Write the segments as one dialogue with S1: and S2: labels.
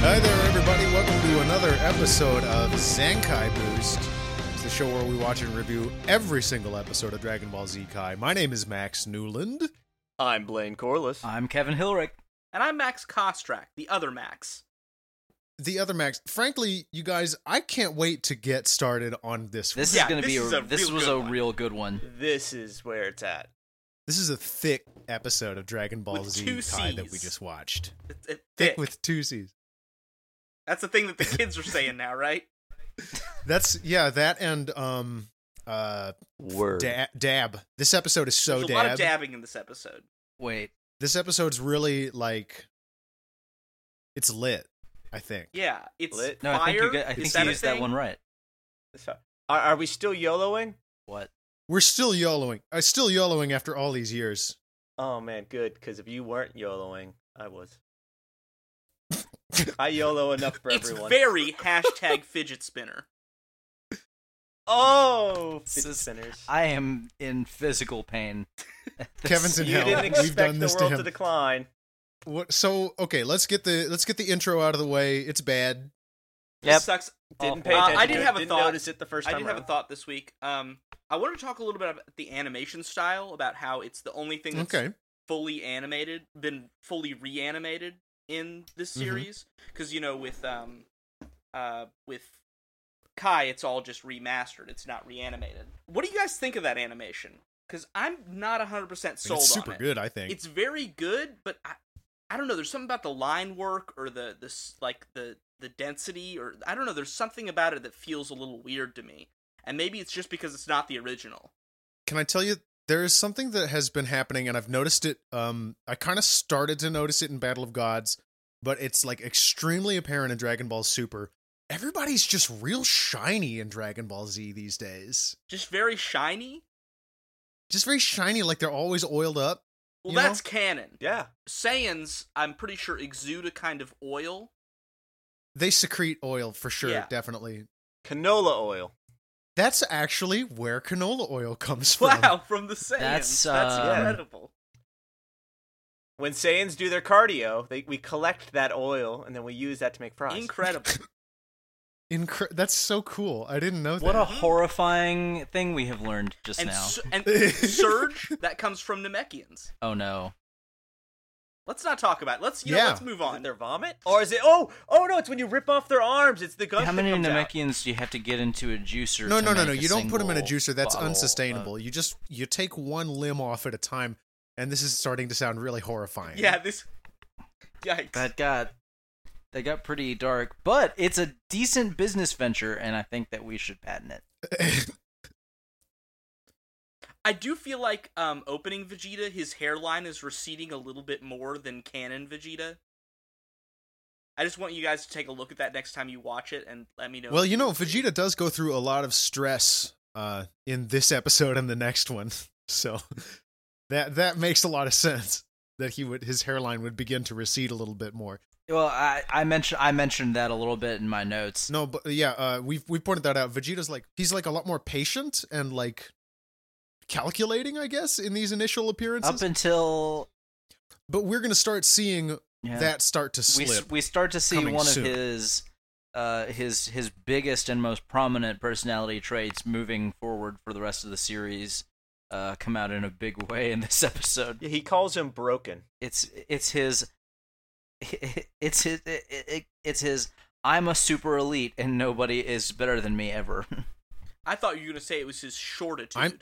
S1: Hi there, everybody. Welcome to another episode of Zenkai Boost. It's the show where we watch and review every single episode of Dragon Ball Z Kai. My name is Max Newland.
S2: I'm Blaine Corliss.
S3: I'm Kevin Hilrich.
S4: Uh, And I'm Max Kostrak, the other Max.
S1: The other Max, frankly, you guys, I can't wait to get started on this.
S3: This
S4: Yeah,
S3: is going to
S4: this
S3: be a,
S4: is a
S3: this
S4: real
S3: was
S4: good
S3: a
S4: one.
S3: real good one.
S2: This is where it's at.
S1: this is a thick episode of Dragon Ball
S4: With
S1: Z
S4: two
S1: Kai that
S4: Cs.
S1: we just watched.
S4: It, it,
S1: Thick,
S4: thick.
S1: with two C's.
S4: That's the thing that the kids are saying now, right?
S1: That's yeah, that and um uh
S2: Word.
S1: da- dab. This episode is so
S4: There's a
S1: dab.
S4: lot of dabbing in this episode.
S3: Wait,
S1: This episode's really like it's lit, I think.
S4: Yeah, it's
S2: Lit.
S3: no,
S4: fire.
S3: I think you got, I think
S4: Is
S3: you
S4: that a
S3: used that
S4: thing?
S3: one right.
S2: Are, are we still YOLOing?
S3: What?
S1: We're still YOLOing. I'm still YOLOing after all these years.
S2: Oh man, good. Because if you weren't YOLOing, I was. I YOLO enough for
S4: It's
S2: everyone.
S4: very hashtag fidget spinner.
S2: oh,
S3: This
S2: fidget
S3: is-
S2: spinners.
S3: I am in physical pain. This-
S1: Kevin's in
S2: you
S1: hell.
S2: didn't
S1: We've
S2: expect
S1: done
S2: the
S1: this to
S2: world
S1: him.
S2: to decline.
S1: What? So okay, let's get the let's get the intro out of the way. It's bad.
S4: This
S2: Yep.
S4: sucks.
S2: Didn't
S4: Awful.
S2: pay
S4: Uh,
S2: attention.
S4: I did
S2: to it,
S4: have a
S2: didn't
S4: thought.
S2: Notice it the first
S4: I
S2: time.
S4: did have a
S2: around.
S4: thought this week. Um, I want to talk a little bit about the animation style, about how it's the only thing that's
S1: Okay.
S4: fully animated, been fully reanimated in this
S1: Mhm.
S4: series. Because you know, with um, uh, with Kai, it's all just remastered. It's not reanimated. What do you guys think of that animation? Because I'm not hundred percent
S1: Like,
S4: sold
S1: it's
S4: on
S1: super
S4: it.
S1: good, I think.
S4: It's very good, but I, I don't know. There's something about the line work or the the s like the the density or I don't know. There's something about it that feels a little weird to me, and maybe it's just because it's not the original.
S1: Can I tell you there is something that has been happening and I've noticed it um I kind of started to notice it in Battle of Gods, but it's like extremely apparent in Dragon Ball Super. Everybody's just real shiny in Dragon Ball Z these days.
S4: Just very shiny.
S1: Just very shiny like they're always oiled up.
S4: Well,
S1: You know?
S4: that's canon.
S2: Yeah.
S4: Saiyans, I'm pretty sure exude a kind of oil.
S1: They secrete oil for sure,
S4: Yeah.
S1: definitely.
S2: Canola oil.
S1: That's actually where canola oil comes from.
S4: Wow, from the Saiyans. That's,
S3: That's, um,
S4: incredible.
S2: When Saiyans do their cardio, they, we collect that oil and then we use that to make fries.
S4: Incredible.
S1: Incre- that's so cool. I didn't know
S3: What a
S1: that.
S3: horrifying thing we have learned just
S4: and
S3: now.
S4: su- and surge that comes from Namekians.
S3: oh no.
S4: Let's not talk about. It. Let's you know,
S1: Yeah.
S4: let's move on.
S2: their vomit, or is it? Oh, oh no! It's when you rip off their arms. It's the gun.
S3: How many
S2: comes out.
S3: Namekians do you have to get into a juicer?
S1: no,
S3: to
S1: no, no,
S3: make
S1: no.
S3: a
S1: You don't put them in a
S3: single
S1: juicer. That's
S3: bottle of- uh,
S1: unsustainable. You just you take one limb off at a time, and this is starting to sound really horrifying.
S4: Yeah, this. Yikes.
S3: that got that got pretty dark, but it's a decent business venture, and I think that we should patent it.
S4: I do feel like um, opening Vegeta, his hairline is receding a little bit more than canon Vegeta. I just want you guys to take a look at that next time you watch it and let me know.
S1: well, you know, Vegeta does go through a lot of stress uh, in this episode and the next one, so that that makes a lot of sense that he would his hairline would begin to recede a little bit more.
S3: Well, I, I mentioned I mentioned that a little bit in my notes.
S1: No, but yeah, uh, we've we pointed that out. Vegeta's like he's like a lot more patient and like calculating, I guess, in these initial appearances.
S3: Up until
S1: but we're gonna start seeing
S3: yeah.
S1: that start to
S3: we,
S1: slip.
S3: we start to see
S1: coming
S3: one
S1: soon.
S3: of his uh, his his biggest and most prominent personality traits moving forward for the rest of the series uh, come out in a big way in this episode.
S2: Yeah, he calls him broken.
S3: It's it's his it's his it's his I'm a super elite and nobody is better than me ever.
S4: I thought you were going to say it was his shortitude.
S1: I'm-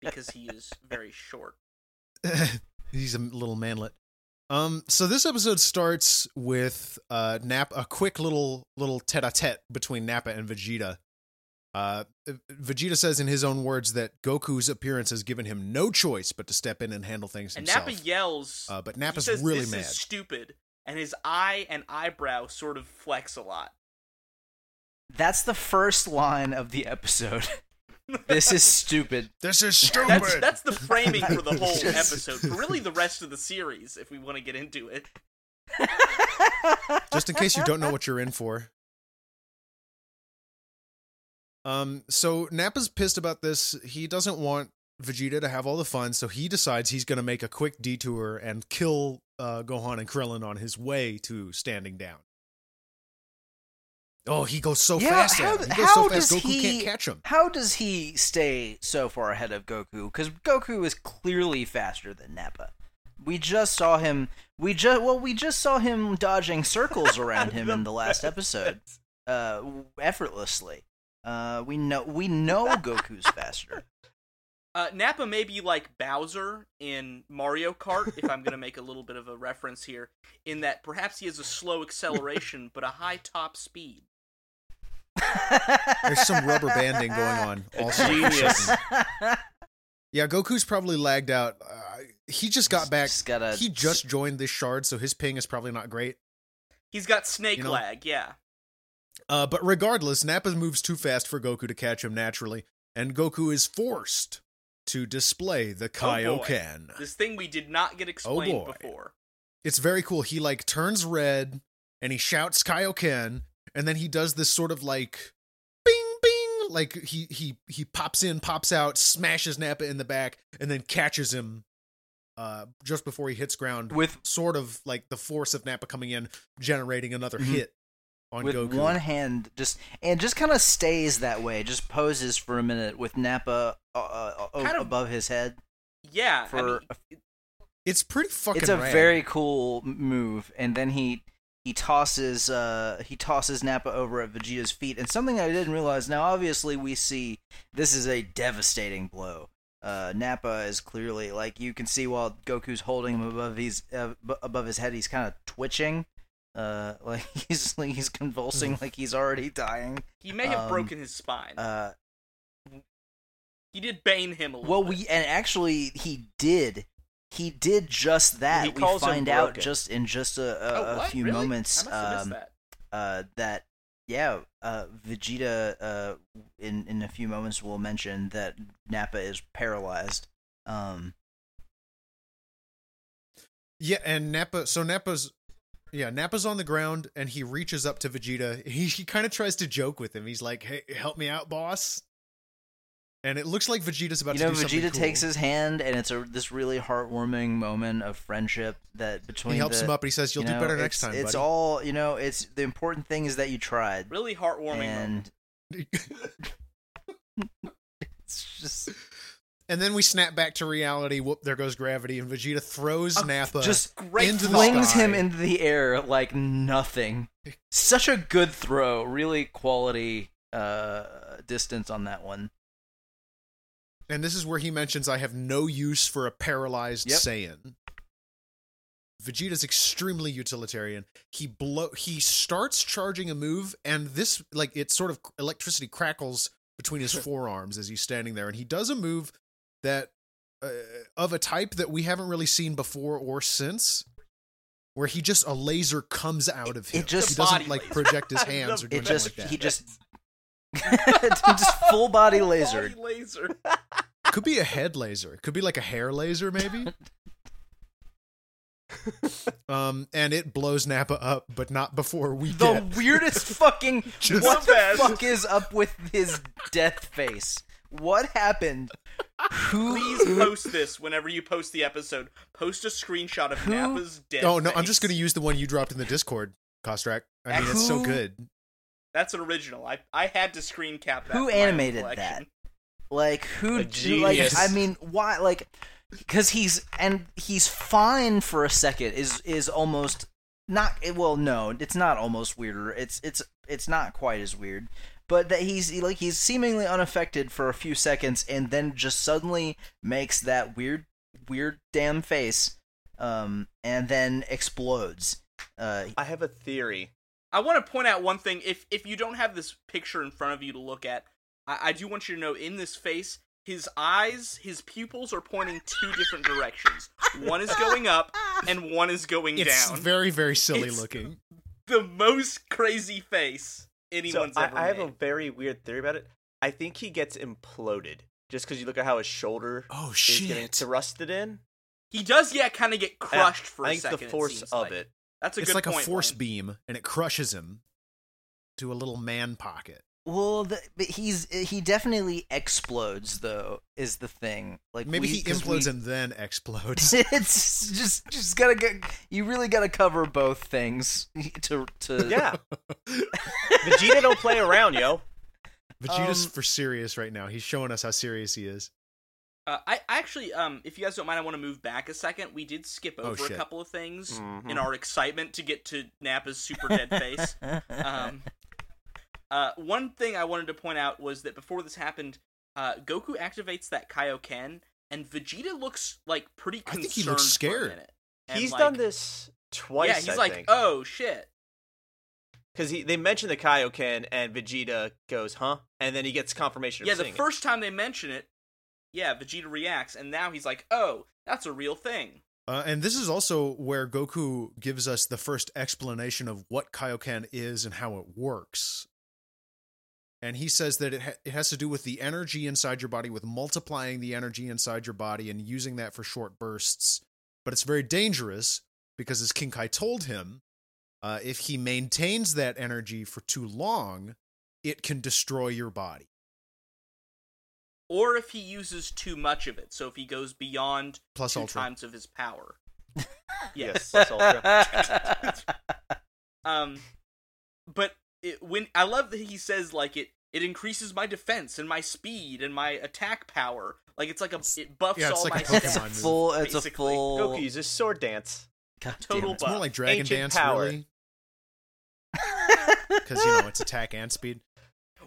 S4: Because he is very short.
S1: He's a little manlet. Um, so this episode starts with uh Nap a quick little little tete a tete between Nappa and Vegeta. Uh, Vegeta says in his own words that Goku's appearance has given him no choice but to step in and handle things
S4: And
S1: himself.
S4: Nappa yells.
S1: uh, but
S4: he
S1: Nappa's
S4: says,
S1: really
S4: this
S1: mad.
S4: is stupid. And his eye and eyebrow sort of flex a lot.
S3: That's the first line of the episode. this is stupid.
S1: This is stupid.
S4: That's that's the framing for the whole
S3: Yes.
S4: episode, for really the rest of the series, if we want to get into it.
S1: Just in case you don't know what you're in for. Um, so Nappa's pissed about this. He doesn't want Vegeta to have all the fun, so he decides he's going to make a quick detour and kill uh, Gohan and Krillin on his way to standing down. Oh, he goes so
S3: Yeah,
S1: fast!
S3: how
S1: at him.
S3: th-
S1: he goes
S3: how
S1: so fast,
S3: does
S1: Goku can't
S3: he-
S1: catch him.
S3: How does he stay so far ahead of Goku? Because Goku is clearly faster than Nappa. We just saw him. We just well, we just saw him dodging circles around him in the last episode, uh, w- effortlessly. Uh, we know we know Goku's faster.
S4: Uh, Nappa may be like Bowser in Mario Kart, if I'm going to make a little bit of a reference here, in that perhaps he has a slow acceleration but a high top speed.
S1: There's some rubber banding going on. Also,
S2: Genius.
S1: yeah, Goku's probably lagged out. Uh, he just got back.
S3: Just gotta-
S1: He just joined this shard, so his ping is probably not great.
S4: He's got snake
S1: You know-
S4: lag, yeah.
S1: Uh, but regardless, Nappa moves too fast for Goku to catch him naturally, and Goku is forced to display the
S4: Oh, boy.
S1: Kaioken.
S4: This thing we did not get explained
S1: Oh, boy.
S4: before.
S1: it's very cool. He like turns red and he shouts Kaioken, and then he does this sort of like bing bing, like he he he pops in, pops out, smashes Nappa in the back, and then catches him uh just before he hits ground.
S3: with
S1: sort of like the force of Nappa coming in, generating another
S3: Mhm.
S1: hit on
S3: with
S1: Goku.
S3: one hand just and just kind of stays that way just poses for a minute with nappa uh, uh, o-
S4: Kind of-
S3: above his head
S4: Yeah, I
S3: for
S4: mean,
S1: it's pretty fucking.
S3: it's a
S1: rad.
S3: very cool m- move and then he he tosses uh he tosses nappa over at vegeta's feet and something i didn't realize now obviously we see this is a devastating blow uh, Nappa is clearly like you can see while Goku's holding him above his uh, bu- above his head, he's kind of twitching, uh, like he's like he's convulsing,
S1: Mm-hmm.
S3: like he's already dying.
S4: he may have
S3: um,
S4: broken his spine.
S3: Uh,
S4: he did bane him a little
S3: Well,
S4: bit.
S3: we and actually he did. He did just that.
S2: He
S3: we
S2: calls him
S3: find out
S2: broken.
S3: just in just a,
S4: Oh,
S3: uh, a, a
S4: what?
S3: few
S4: Really?
S3: moments
S4: I must have
S3: um,
S4: missed that.
S3: uh, that yeah, uh, Vegeta uh, in in a few moments will mention that Nappa is paralyzed. Um,
S1: Yeah, and Nappa. So Nappa's, yeah, Nappa's on the ground, and he reaches up to Vegeta. He he kind of tries to joke with him. He's like, "Hey, help me out, boss." And it looks like Vegeta's about
S3: you
S1: to
S3: know,
S1: do something
S3: Vegeta
S1: cool.
S3: takes his hand, and it's a this really heartwarming moment of friendship that between
S1: He helps
S3: the,
S1: him up, and he says, "You'll
S3: you
S1: do
S3: know,
S1: better next
S3: it's-
S1: time,
S3: It's
S1: buddy."
S3: all you know. It's the important thing is that you tried,
S4: Really heartwarming. moment.
S3: and it's just
S1: and then we snap back to reality. Whoop! There goes gravity, and Vegeta throws
S3: Uh,
S1: Nappa
S3: just
S4: great
S1: into the
S3: flings
S1: sky.
S3: him into the air like nothing. Such a good throw, really quality uh, distance on that one.
S1: And this is where he mentions, I have no use for a paralyzed
S3: Yep.
S1: Saiyan. Vegeta's extremely utilitarian. He blow he starts charging a move, and this like it sort of electricity crackles between his forearms as he's standing there, and he does a move that uh, of a type that we haven't really seen before or since, where he just a laser comes out of
S3: It- it
S1: him.
S3: just-
S1: he
S4: Body
S1: doesn't like
S4: laser.
S1: project his hands or do
S3: It
S1: anything
S3: just
S1: like that.
S3: he just just full body
S4: Full
S3: laser.
S4: body laser.
S1: Could be a head laser. Could be like a hair laser, maybe. um, and it blows Nappa up, but not before we
S3: The
S1: get.
S3: weirdest fucking
S1: Just-
S3: what the
S4: Best.
S3: fuck is up with his death face? What happened? Who
S4: Please post this whenever you post the episode. Post a screenshot of
S3: Who-
S4: Nappa's dead.
S1: Oh no, I'm just
S4: face.
S1: gonna use the one you dropped in the Discord, Kostrak. I mean, it's so
S3: Who-
S1: good.
S4: That's an original. I I had to screen cap that.
S3: Who
S4: for my own
S3: animated
S4: collection.
S3: Like who?
S2: A
S3: do- Like
S2: genius.
S3: I mean, why? Like because he's and he's fine for a second. Is is almost not? eh, Well, no, it's not almost weirder. It's it's it's not quite as weird. But that he's like he's seemingly unaffected for a few seconds, and then just suddenly makes that weird weird damn face, um, and then explodes. Uh,
S2: I have a theory.
S4: I want to point out one thing. If if you don't have this picture in front of you to look at, I, I do want you to know in this face, his eyes, his pupils are pointing two different directions. One is going up and one is going
S1: It's
S4: down.
S1: very, very silly
S4: It's-
S1: looking.
S4: the most crazy face
S2: So
S4: anyone's
S2: I,
S4: ever
S2: I have a
S4: made.
S2: very weird theory about it. I think he gets imploded just because you look at how his shoulder
S1: Oh
S2: is getting
S1: shit!
S2: thrusted in.
S4: He does, yeah, kind of get
S2: And I-
S4: crushed for
S2: I
S4: a
S2: think
S4: second.
S2: the
S4: it
S2: force
S4: seems
S2: of
S4: like.
S2: it.
S4: That's a
S1: it's
S4: good
S1: like
S4: point.
S1: a force
S4: Blaine.
S1: beam, and it crushes him to a little man pocket.
S3: Well, the, but he's he definitely explodes though is the thing. Like
S1: Maybe
S3: we-
S1: he
S3: 'cause
S1: implodes
S3: we-
S1: and then explodes.
S3: it's just just gotta get. You really gotta cover both things to to.
S2: Yeah, Vegeta don't play around, yo.
S1: Vegeta's
S3: Um,
S1: for serious right now. He's showing us how serious he is.
S4: Uh, I I actually, um, if you guys don't mind, I want to move back a second. We did skip
S1: Oh,
S4: over a
S1: shit.
S4: couple of things
S2: Mhm.
S4: in our excitement to get to Nappa's super dead face. Um, uh, one thing I wanted to point out was that before this happened, uh, Goku activates that Kaioken, and Vegeta looks like pretty
S1: I
S4: concerned.
S1: think he looks
S4: For
S1: scared.
S4: a minute. And,
S2: he's
S4: like-
S2: done this twice.
S4: Yeah, he's
S2: I
S4: like,
S2: think.
S4: oh shit.
S2: because they mentioned the Kaioken and Vegeta goes, huh? And then he gets confirmation.
S4: yeah,
S2: of
S4: the
S2: seeing it.
S4: first time they mention it, yeah, Vegeta reacts, and now he's like, oh, that's a real thing.
S1: Uh, and this is also where Goku gives us the first explanation of what Kaioken is and how it works. And he says that it, ha- it has to do with the energy inside your body, with multiplying the energy inside your body and using that for short bursts. But it's very dangerous because, as Kinkai told him, uh, if he maintains that energy for too long, it can destroy your body.
S4: Or if he uses too much of it, so if he goes beyond
S1: Plus
S4: two
S1: Ultra.
S4: times of his power.
S2: yes, that's Ultra.
S4: Um, but it, when I love that he says like it, it increases my defense and my speed and my attack power. Like it's like a it buffs
S1: yeah, it's
S4: all
S1: like
S4: my
S1: a
S3: it's a
S1: Pokemon
S4: stats.
S1: move.
S3: full. It's a
S4: basically.
S3: full.
S2: Goku uses sword dance.
S3: God damn
S4: total
S3: it.
S1: It's more like Dragon
S2: Ancient
S1: Dance,
S2: power.
S1: really. Because, you know, it's attack and speed.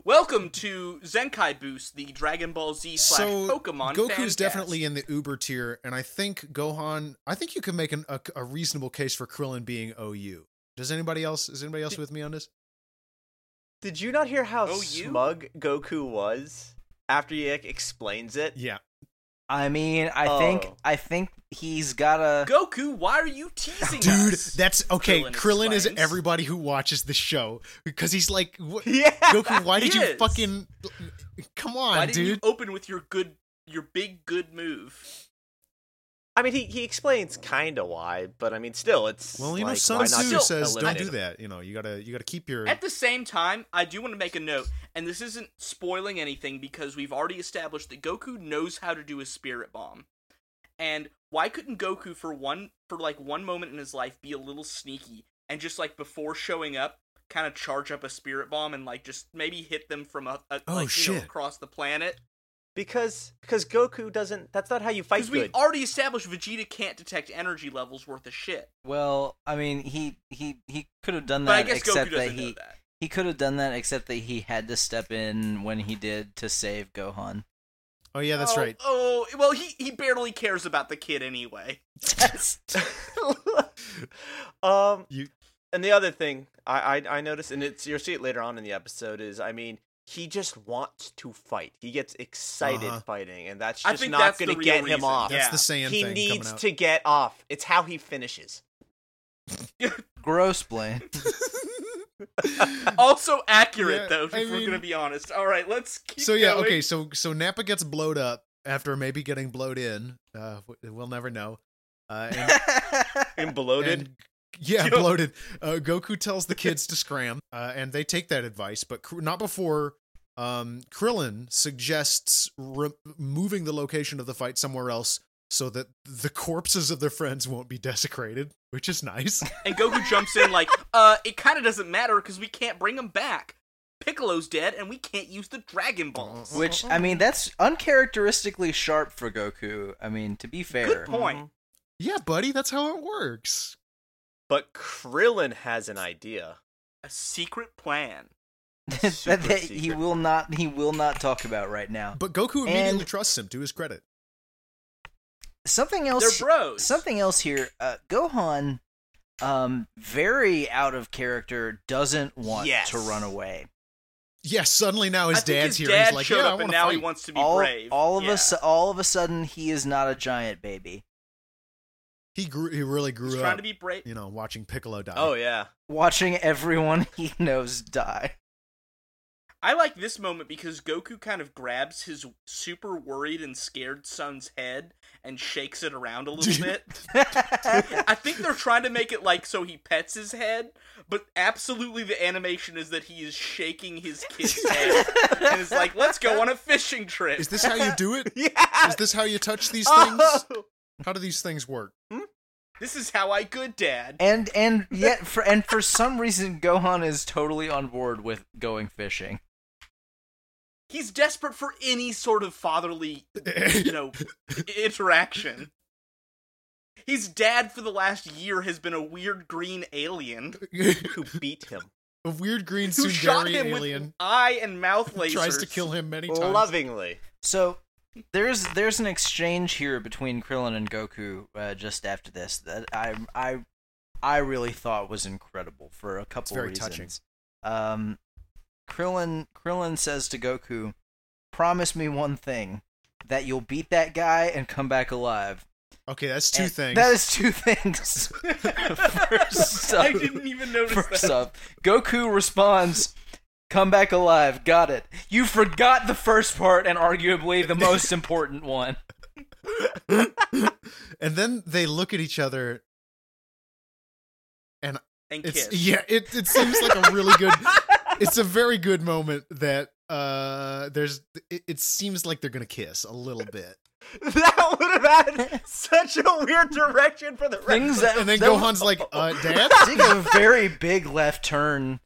S4: Welcome to Zenkai Boost, the Dragon Ball Z slash Pokemon.
S1: Goku's
S4: fancast.
S1: definitely in the Uber tier, and I think Gohan. I think you can make an, a, a reasonable case for Krillin being OU. Does anybody else? Is anybody else with me on this?
S2: Did you not hear how
S4: Oh, you?
S2: smug Goku was after he like, explains it?
S1: Yeah,
S3: I mean, I think
S2: Oh.
S3: I think he's gotta.
S4: Goku. Why are you teasing
S1: dude,
S4: us?
S1: that's okay.
S4: Krillin
S1: Krillin, is
S4: explains.
S1: everybody who watches the show because he's like, what,
S2: Yeah.
S1: Goku, why
S4: He
S1: did you
S4: is.
S1: fucking come on,
S4: why didn't
S1: dude?
S4: you open with your good, your big good move?
S2: I mean, he, he explains kind of why, but I mean, still, it's
S1: well, you know,
S2: like,
S1: Sun
S2: why not
S1: Tzu
S2: just
S1: says don't
S2: eliminate
S1: do
S2: him?
S1: that. You know, you gotta you gotta keep your.
S4: At the same time, I do want to make a note, and this isn't spoiling anything because we've already established that Goku knows how to do a spirit bomb. And why couldn't Goku for one for like one moment in his life be a little sneaky and just like before showing up kind of charge up a spirit bomb and like just maybe hit them from a, a
S1: Oh,
S4: like you know
S1: shit.
S4: across the planet?
S2: because because Goku doesn't. That's not how you fight
S4: Because we
S2: good.
S4: already established Vegeta can't detect energy levels worth of shit.
S3: Well, I mean, he he he could have done
S4: But I
S3: that,
S4: guess
S3: except
S4: Goku doesn't
S3: that he
S4: know that.
S3: he could have done that, except that he had to step in when he did to save Gohan.
S1: oh yeah, that's
S4: Oh,
S1: right.
S4: Oh well, he he barely cares about the kid anyway.
S2: um,
S1: You-
S2: and the other thing I, I I noticed, and it's you'll see it later on in the episode, is I mean, he just wants to fight. He gets excited
S1: Uh-huh.
S2: fighting, and that's
S4: I
S2: just
S4: think
S2: not
S4: that's the
S2: going to
S4: real
S2: get him
S4: reason.
S2: off.
S1: That's
S4: yeah.
S1: the Saiyan
S2: He
S1: thing
S2: needs
S1: coming out.
S2: to get off. It's how he finishes.
S3: Gross, Blaine.
S4: also accurate
S1: Yeah,
S4: though if
S1: I
S4: we're
S1: mean-
S4: gonna be honest all right let's keep
S1: so yeah,
S4: going.
S1: okay. So so Nappa gets blowed up after maybe getting blowed in. Uh, w- we'll never know. Uh, and,
S2: And
S1: and- yeah,
S4: Yeah.
S1: bloated. Uh, Goku tells the kids to scram, uh, and they take that advice, but Kr- not before um, Krillin suggests re- moving the location of the fight somewhere else so that the corpses of their friends won't be desecrated, which is nice.
S4: and goku jumps in like uh it kind of doesn't matter because we can't bring him back piccolo's dead and we can't use the
S1: Oh.
S4: dragon balls
S3: Which I mean, that's uncharacteristically sharp for Goku. I mean, to be fair,
S4: good
S2: Mm-hmm.
S4: point
S1: yeah, buddy, that's how it works.
S2: But Krillin has an idea.
S4: a secret plan
S3: that,
S2: Super
S3: that he
S2: secret.
S3: will not he will not talk about right now.
S1: But Goku immediately
S3: And-
S1: trusts him to his credit.
S3: Something
S4: they're
S3: else.
S4: bros
S3: Something else here. Uh, Gohan, um, very out of character, doesn't want
S2: Yes.
S3: to run away.
S1: Yes, suddenly now his
S4: I think
S1: dad's
S4: his
S1: here. and
S4: dad
S1: He's like,
S4: showed
S1: yeah, I
S4: up,
S1: want
S4: and
S1: to
S4: now
S1: fight.
S4: he wants to be
S3: all,
S4: brave.
S3: all of
S4: yeah.
S3: a su- all of a sudden he is not a giant baby.
S1: he grew. He really
S4: He's
S1: grew
S4: trying
S1: up.
S4: to be brave.
S1: you know, watching Piccolo die.
S2: Oh yeah.
S3: Watching everyone he knows die.
S4: I like this moment because Goku kind of grabs his super worried and scared son's head and shakes it around a little bit. I think they're trying to make it like so he pets his head, but absolutely the animation is that he is shaking his kid's head and is like, "Let's go on a fishing trip."
S1: Is this how you do it?
S4: yeah.
S1: Is this how you touch these things?
S4: Oh,
S1: How do these things work?
S4: this is how I good dad.
S3: and and yet for and for some reason Gohan is totally on board with going fishing.
S4: He's desperate for any sort of fatherly you know i- interaction. His dad for the last year has been a weird green alien
S2: Who beat him?
S1: a weird green
S4: who shot
S1: Sundari
S4: him with
S1: alien
S4: eye and mouth lasers.
S1: tries to kill him many times.
S2: Lovingly.
S3: So there's there's an exchange here between Krillin and Goku uh, just after this that I I I really thought was incredible for a couple
S1: very
S3: reasons.
S1: touching.
S3: Um, Krillin Krillin says to Goku, "Promise me one thing." That you'll beat that guy and come back alive.
S1: Okay, that's two
S3: And
S1: things.
S3: That is two things. First
S4: I
S3: up-
S4: didn't even notice
S3: First
S4: that.
S3: up, Goku responds, "Come back alive." Got it. You forgot the first part and arguably the most important one.
S1: and then they look at each other.
S4: And
S1: It's
S4: kiss.
S1: yeah. It it seems like a really good. it's a very good moment that uh there's. It, it seems like they're gonna kiss a little bit.
S2: That would have had such a weird direction for the rest.
S3: Things that
S1: And then
S3: that
S1: Gohan's like, uh, Dad.
S3: take a very big left turn.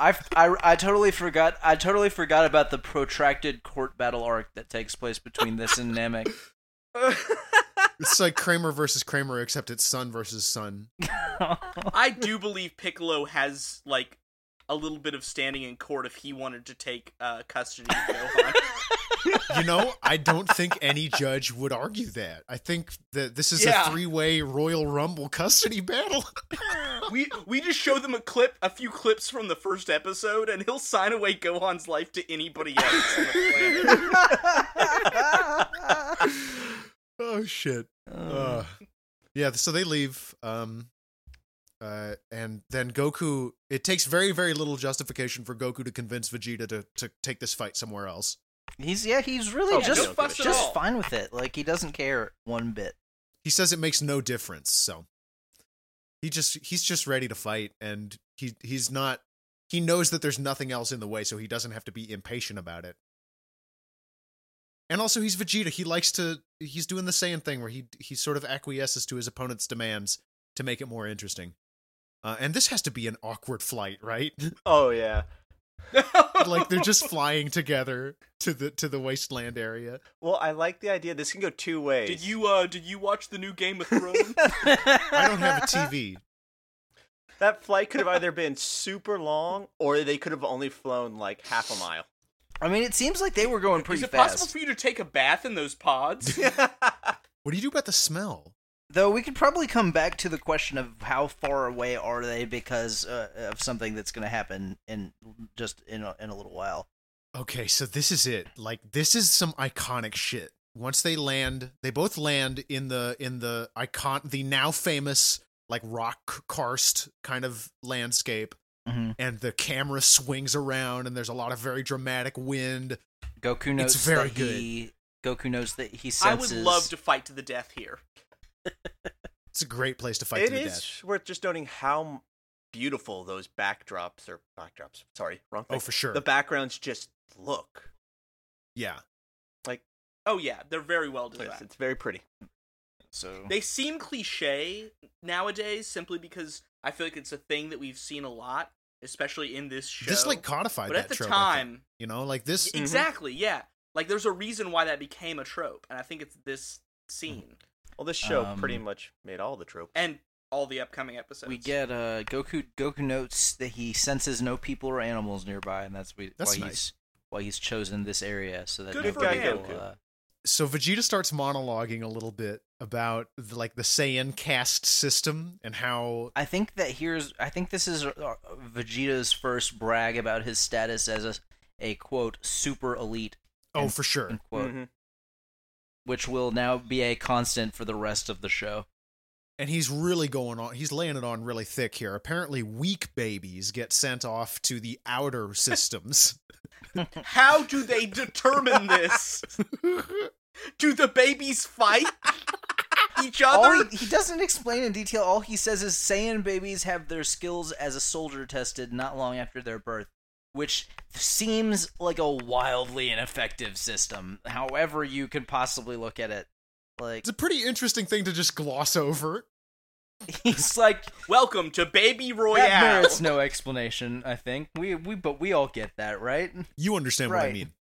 S3: I, I, I totally forgot I totally forgot about the protracted court battle arc that takes place between this and Namek.
S1: It's like Kramer versus Kramer, except it's son versus son.
S4: I do believe Piccolo has like a little bit of standing in court if he wanted to take uh, custody of Gohan.
S1: You know, I don't think any judge would argue that. I think that this is
S4: Yeah.
S1: a three-way Royal Rumble custody battle.
S4: we we just show them a clip, a few clips from the first episode, and he'll sign away Gohan's life to anybody else. on the planet.
S1: oh shit. Uh, yeah, so they leave. Um, uh, and then Goku. It takes very, very little justification for Goku to convince Vegeta to to take this fight somewhere else.
S3: he's yeah he's really
S2: Oh,
S4: Yeah,
S3: just
S4: no fuss at
S3: just
S4: all.
S3: fine with it. Like he doesn't care one bit.
S1: He says it makes no difference. So he just he's just ready to fight, and he he's not. He knows that there's nothing else in the way, so he doesn't have to be impatient about it. And also, he's Vegeta. He likes to. He's doing the Saiyan thing where he he sort of acquiesces to his opponent's demands to make it more interesting. Uh, and this has to be an awkward flight, right?
S2: Oh yeah.
S1: like they're just flying together to the to the wasteland area.
S2: Well, I like the idea. This can go two ways.
S4: Did you uh did you watch the new Game of Thrones?
S1: I don't have a TV.
S2: That flight could have either been super long, or they could have only flown like half a mile.
S3: I mean, it seems like they were going pretty
S4: Is it
S3: fast.
S4: possible for you to take a bath in those pods?
S1: What do you do about the smell?
S3: Though we could probably come back to the question of how far away are they because uh, of something that's going to happen in just in a, in a little while.
S1: Okay, so this is it. Like this is some iconic shit. Once they land, they both land in the in the icon the now famous like rock karst kind of landscape
S4: Mm-hmm.
S3: Mhm.
S1: and the camera swings around and there's a lot of very dramatic wind.
S3: Goku knows
S1: It's very
S3: that he Goku knows that he
S4: I
S3: senses.
S4: would love to fight to the death here.
S1: It's a great place to fight
S2: It
S1: to the
S2: is
S1: death.
S2: worth just noting how beautiful those backdrops or backdrops. Sorry, wrong
S1: Oh,
S2: thing.
S1: for sure.
S2: The backgrounds just look.
S1: yeah.
S4: Oh yeah, they're very well
S2: It's,
S4: designed.
S2: it's very pretty.
S3: So
S4: They seem cliche nowadays simply because I feel like it's a thing that we've seen a lot, especially in this show.
S1: This like codified
S4: but
S1: that
S4: at the
S1: trope, I think, Mm-hmm.
S4: time,
S1: you know, like this
S2: Mhm.
S4: exactly, yeah. Like there's a reason why that became a trope, and I think it's this scene
S2: Well, this show pretty
S3: Um,
S2: much made all the tropes.
S4: and all the upcoming episodes.
S3: we get uh Goku Goku notes that he senses no people or animals nearby, and that's we
S1: That's
S3: why
S1: nice.
S3: he's why he's chosen this area so that
S4: Good
S3: no
S2: for
S3: people,
S2: him.
S3: uh,
S1: so Vegeta starts monologuing a little bit about the, like the Saiyan caste system and how
S3: I think that here's. I think this is uh, Vegeta's first brag about his status as a, a quote super elite
S1: oh
S3: And-
S1: for sure
S3: end quote,
S2: Mhm.
S3: which will now be a constant for the rest of the show.
S1: and he's really going on he's laying it on really thick here apparently weak babies get sent off to the outer systems
S4: How do they determine this? do the babies fight each
S3: All
S4: other?
S3: he, he doesn't explain in detail. All he says is Saiyan babies have their skills as a soldier tested not long after their birth, which seems like a wildly ineffective system. However, you can possibly look at it, like
S1: it's a pretty interesting thing to just gloss over
S3: he's like
S4: Welcome to Baby Royale.
S3: that merits no explanation. I think we we but we all get that, right?
S1: you understand what i
S3: Right.
S1: mean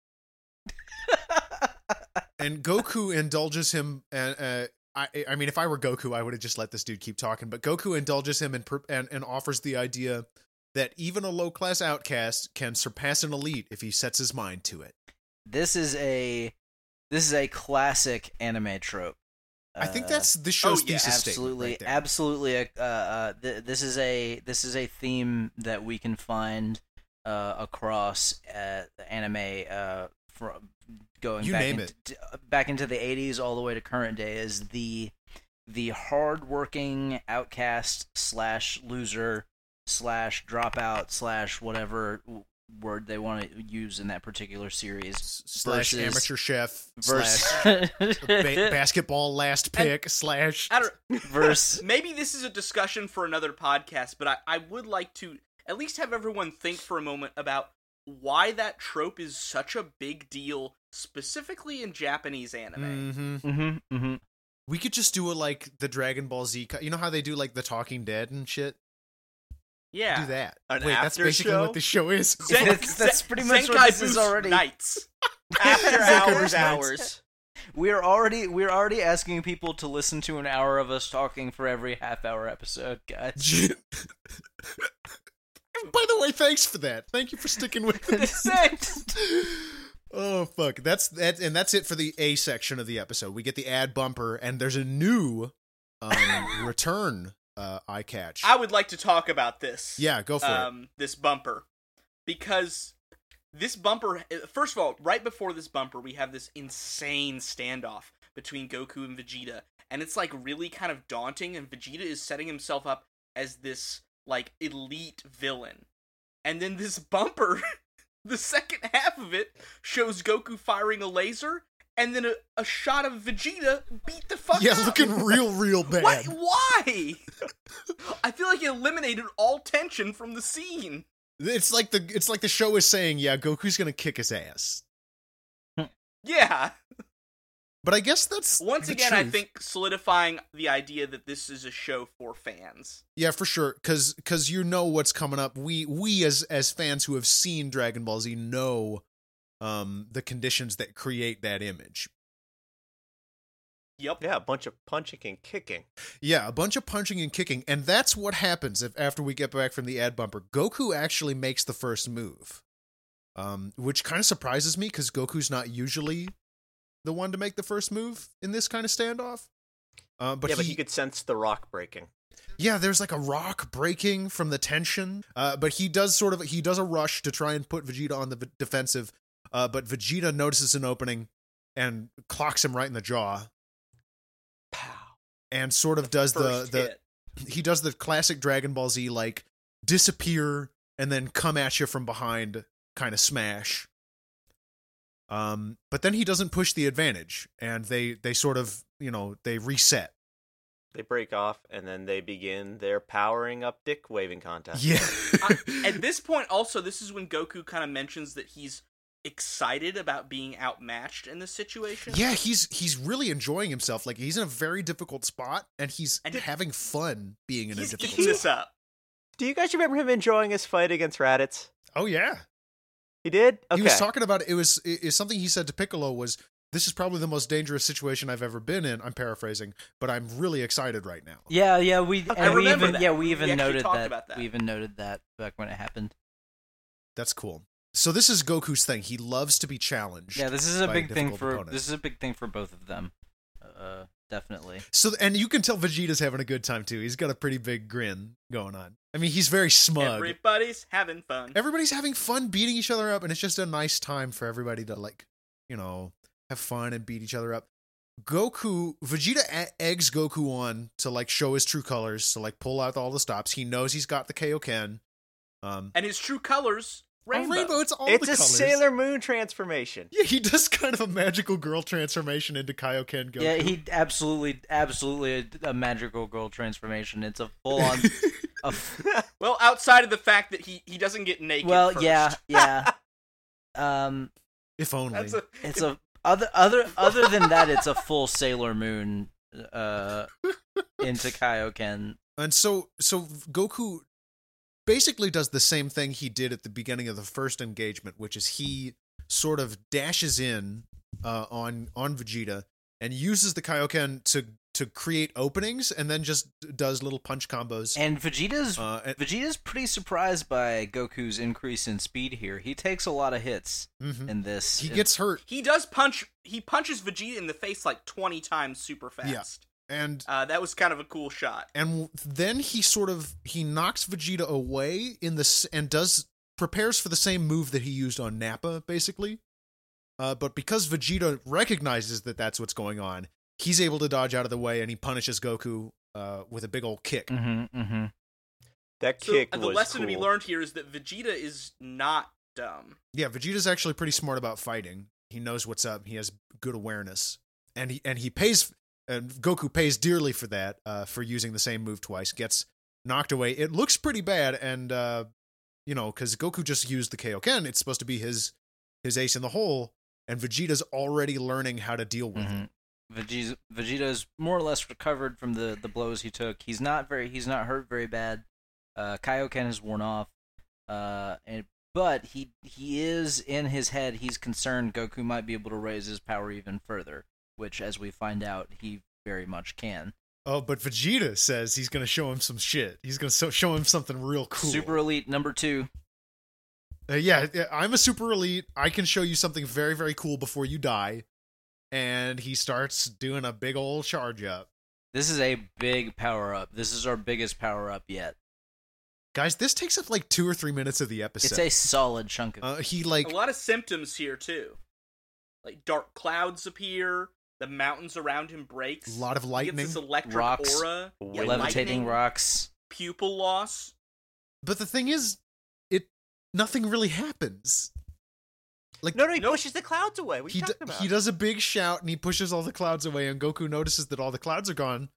S1: and Goku indulges him. And uh, I, I mean, if I were Goku, I would have just let this dude keep talking. But Goku indulges him and per- and, and offers the idea that even a low class outcast can surpass an elite if he sets his mind to it.
S3: this is a this is a classic anime trope.
S1: I think
S3: Uh,
S1: that's the show's
S4: yeah,
S1: thesis statement.
S3: absolutely
S1: right there.
S3: absolutely a, uh, uh, th- this is a this is a theme that we can find uh, across uh, the anime uh, from going
S1: You
S3: back,
S1: name
S3: into, d- back into the 80s all the way to current day is the the hardworking outcast slash loser slash dropout slash whatever w- word they want to use in that particular series
S1: S- slash
S3: versus-
S1: amateur chef slash
S3: versus
S1: ba- basketball last pick slash.
S4: I don't,
S3: versus
S4: maybe this is a discussion for another podcast, but I, I would like to at least have everyone think for a moment about why that trope is such a big deal, specifically in Japanese anime.
S1: Mhm.
S3: Mhm, mhm.
S1: We could just do a like the Dragon Ball Z. co- You know how they do like the Talking Dead and shit.
S4: Yeah.
S1: Do that.
S2: An
S1: Wait, that's
S2: after
S1: basically
S2: show?
S1: what the show is.
S4: Zen-
S3: That's- that's
S4: Zen-
S3: pretty much what this
S4: Zenkaibu's
S3: is already.
S4: Nights. After hours,
S1: Zenkaibu's Nights.
S4: hours.
S3: We're already we're already asking people to listen to an hour of us talking for every half hour episode, guys.
S1: By the way, thanks for that. Thank you for sticking with it. oh fuck, that's that, and that's it for the A section of the episode. We get the ad bumper, and there's a new um, return uh, eye catch.
S4: I would like to talk about this.
S1: yeah, go for it.
S4: um, this bumper because this bumper eh, first of all right before this bumper we have this insane standoff between goku and vegeta and it's like really kind of daunting and vegeta is setting himself up as this like elite villain and then this bumper the second half of it shows goku firing a laser and then a, a shot of vegeta beat the fuck
S1: Yeah,
S4: up.
S1: looking real, real bad.
S4: What? Why? I feel like it eliminated all tension from the scene.
S1: It's like the it's like the show is saying, yeah, Goku's gonna kick his ass.
S4: Yeah.
S1: But I guess that's
S4: Once
S1: the
S4: again, I
S1: truth.
S4: think solidifying the idea that this is a show for fans.
S1: Yeah, for sure, because you know what's coming up. We we as as fans who have seen Dragon Ball Z know um the conditions that create that image.
S4: Yep.
S2: Yeah, a bunch of punching and kicking.
S1: Yeah, a bunch of punching and kicking, and that's what happens if after we get back from the ad bumper, Goku actually makes the first move, um, which kind of surprises me because Goku's not usually the one to make the first move in this kind of standoff. Uh, but
S2: yeah, but
S1: he
S2: he could sense the rock breaking.
S1: Yeah, there's like a rock breaking from the tension. Uh, but he does sort of he does a rush to try and put Vegeta on the v- defensive. Uh, but Vegeta notices an opening and clocks him right in the jaw
S2: Pow.
S1: and sort of does the
S4: First
S1: the
S4: hit.
S1: he does the classic Dragon Ball Z like disappear and then come at you from behind kind of smash. Um, but then he doesn't push the advantage, and they they sort of you know they reset.
S2: They break off and then they begin their powering up dick waving contest.
S1: Yeah,
S4: At this point, also, this is when Goku kind of mentions that he's excited about being outmatched in this situation.
S1: Yeah, he's he's really enjoying himself. Like he's in a very difficult spot, and he's
S4: And it-
S1: having fun being in a
S4: He's
S1: difficult
S4: eating
S1: spot.
S4: this up.
S2: Do you guys remember him enjoying his fight against Raditz?
S1: Oh yeah,
S2: He did. Okay.
S1: he was talking about it was it, it's something he said to Piccolo was this is probably the most dangerous situation I've ever been in. I'm paraphrasing, but I'm really excited right now.
S3: Yeah, yeah, we
S4: Okay, I
S3: and we
S4: remember
S3: even
S4: that.
S3: yeah, we
S4: We
S3: even
S4: actually
S3: noted
S4: talked
S3: that,
S4: about that.
S3: We even noted that back when it happened.
S1: That's cool. So this is Goku's thing. He loves to be challenged.
S3: Yeah, this is a
S1: by
S3: big thing
S1: difficult
S3: for
S1: opponents.
S3: this is a big thing for both of them. Uh definitely.
S1: So and you can tell Vegeta's having a good time too. He's got a pretty big grin going on. I mean, he's very smug.
S4: Everybody's having fun.
S1: Everybody's having fun beating each other up, and it's just a nice time for everybody to like, you know, have fun and beat each other up. Goku, Vegeta e- eggs Goku on to like show his true colors, to like pull out all the stops. He knows he's got the Kaioken. Um,
S4: and his true colors, rainbow.
S1: Oh, rainbow it's all
S2: it's
S1: the
S2: a
S1: colors.
S2: Sailor Moon transformation.
S1: Yeah, he does kind of a magical girl transformation into Kaioken Goku.
S3: Yeah, he absolutely, absolutely a, a magical girl transformation. It's a full on. a f-
S4: Well, outside of the fact that he he doesn't get naked.
S3: well,
S4: first.
S3: yeah, yeah. Um,
S1: if only.
S4: That's a,
S3: it's a other other other than that, it's a full Sailor Moon uh into Kaioken.
S1: And so so Goku basically does the same thing he did at the beginning of the first engagement, which is he sort of dashes in uh, on on Vegeta and uses the Kaioken to to create openings and then just does little punch combos.
S3: And Vegeta's
S1: uh, and,
S3: Vegeta's pretty surprised by Goku's increase in speed here. He takes a lot of hits
S1: Mhm.
S3: in this.
S1: He gets hurt
S4: he does punch. He punches Vegeta in the face like twenty times super fast.
S1: and
S4: Uh, that was kind of a cool shot.
S1: and then he sort of he knocks Vegeta away in this and does prepares for the same move that he used on Nappa basically. Uh, but because Vegeta recognizes that that's what's going on, he's able to dodge out of the way and he punishes Goku uh, with a big old kick.
S3: Mm-hmm, mm-hmm.
S2: That
S4: So
S2: kick
S4: uh, the
S2: was
S4: lesson to be
S2: cool.
S4: learned here is that Vegeta is not dumb.
S1: Yeah, Vegeta's actually pretty smart about fighting. He knows what's up. He has good awareness, and he and he pays. And Goku pays dearly for that, uh, for using the same move twice. Gets knocked away. It looks pretty bad, and uh, you know, because Goku just used the Kaioken, it's supposed to be his his ace in the hole, and Vegeta's already learning how to deal
S3: Mm-hmm.
S1: with it.
S3: Vegeta Vegeta's more or less recovered from the the blows he took. He's not very he's not hurt very bad. Uh, Kaioken has worn off, uh, and but he he is in his head. He's concerned Goku might be able to raise his power even further, which as we find out, he very much can.
S1: Oh, but Vegeta says he's gonna show him some shit. He's gonna so- show him something real cool.
S3: Super elite number two.
S1: Uh, yeah, yeah, I'm a super elite. I can show you something very, very cool before you die. And he starts doing a big old charge up.
S3: This is a big power up. This is our biggest power up yet.
S1: Guys, this takes up like two or three minutes of the
S3: It's
S1: episode.
S3: a solid chunk of.
S1: uh, he like
S4: a lot of symptoms here too. Like dark clouds appear, the mountains around him breaks.
S1: a lot of
S4: He gets
S1: lightning.
S4: this electric
S3: Rocks.
S4: aura, yeah,
S3: levitating
S4: lightning,
S3: rocks.
S4: pupil loss.
S1: But the thing is, it nothing really happens. Like
S2: No, no, he
S4: Nope.
S2: pushes the clouds away. What are
S1: he
S2: you
S1: d-
S2: talking about?
S1: he does a big shout and he pushes all the clouds away and Goku notices that all the clouds are gone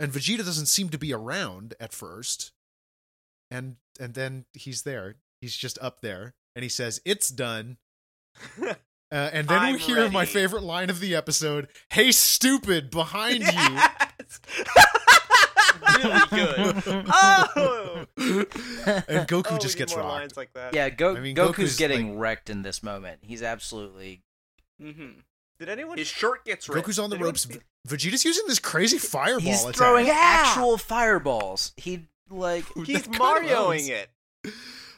S1: and Vegeta doesn't seem to be around at first. And and then he's there. He's just up there and he says it's done. Uh, and then
S4: I'm
S1: we hear my
S4: ready.
S1: favorite line of the episode: "Hey, stupid, behind
S2: Yes!
S4: Really good.
S2: oh!
S1: you!" and Goku
S2: Oh, we
S1: just
S2: need
S1: gets
S2: more
S1: rocked.
S2: lines like that.
S3: Yeah, Go-
S1: I mean,
S3: Goku's,
S1: Goku's,
S3: getting wrecked in this moment. He's absolutely
S4: hmm
S2: Did anyone?
S4: His shirt gets ripped.
S1: Goku's on the
S4: Did anyone
S1: ropes.
S4: see-
S1: V- Vegeta's using this crazy fireball
S3: He's
S1: attack.
S3: throwing
S2: Yeah!
S3: actual fireballs. He like
S1: That
S2: He's
S1: kinda
S2: Marioing
S1: runs.
S2: it.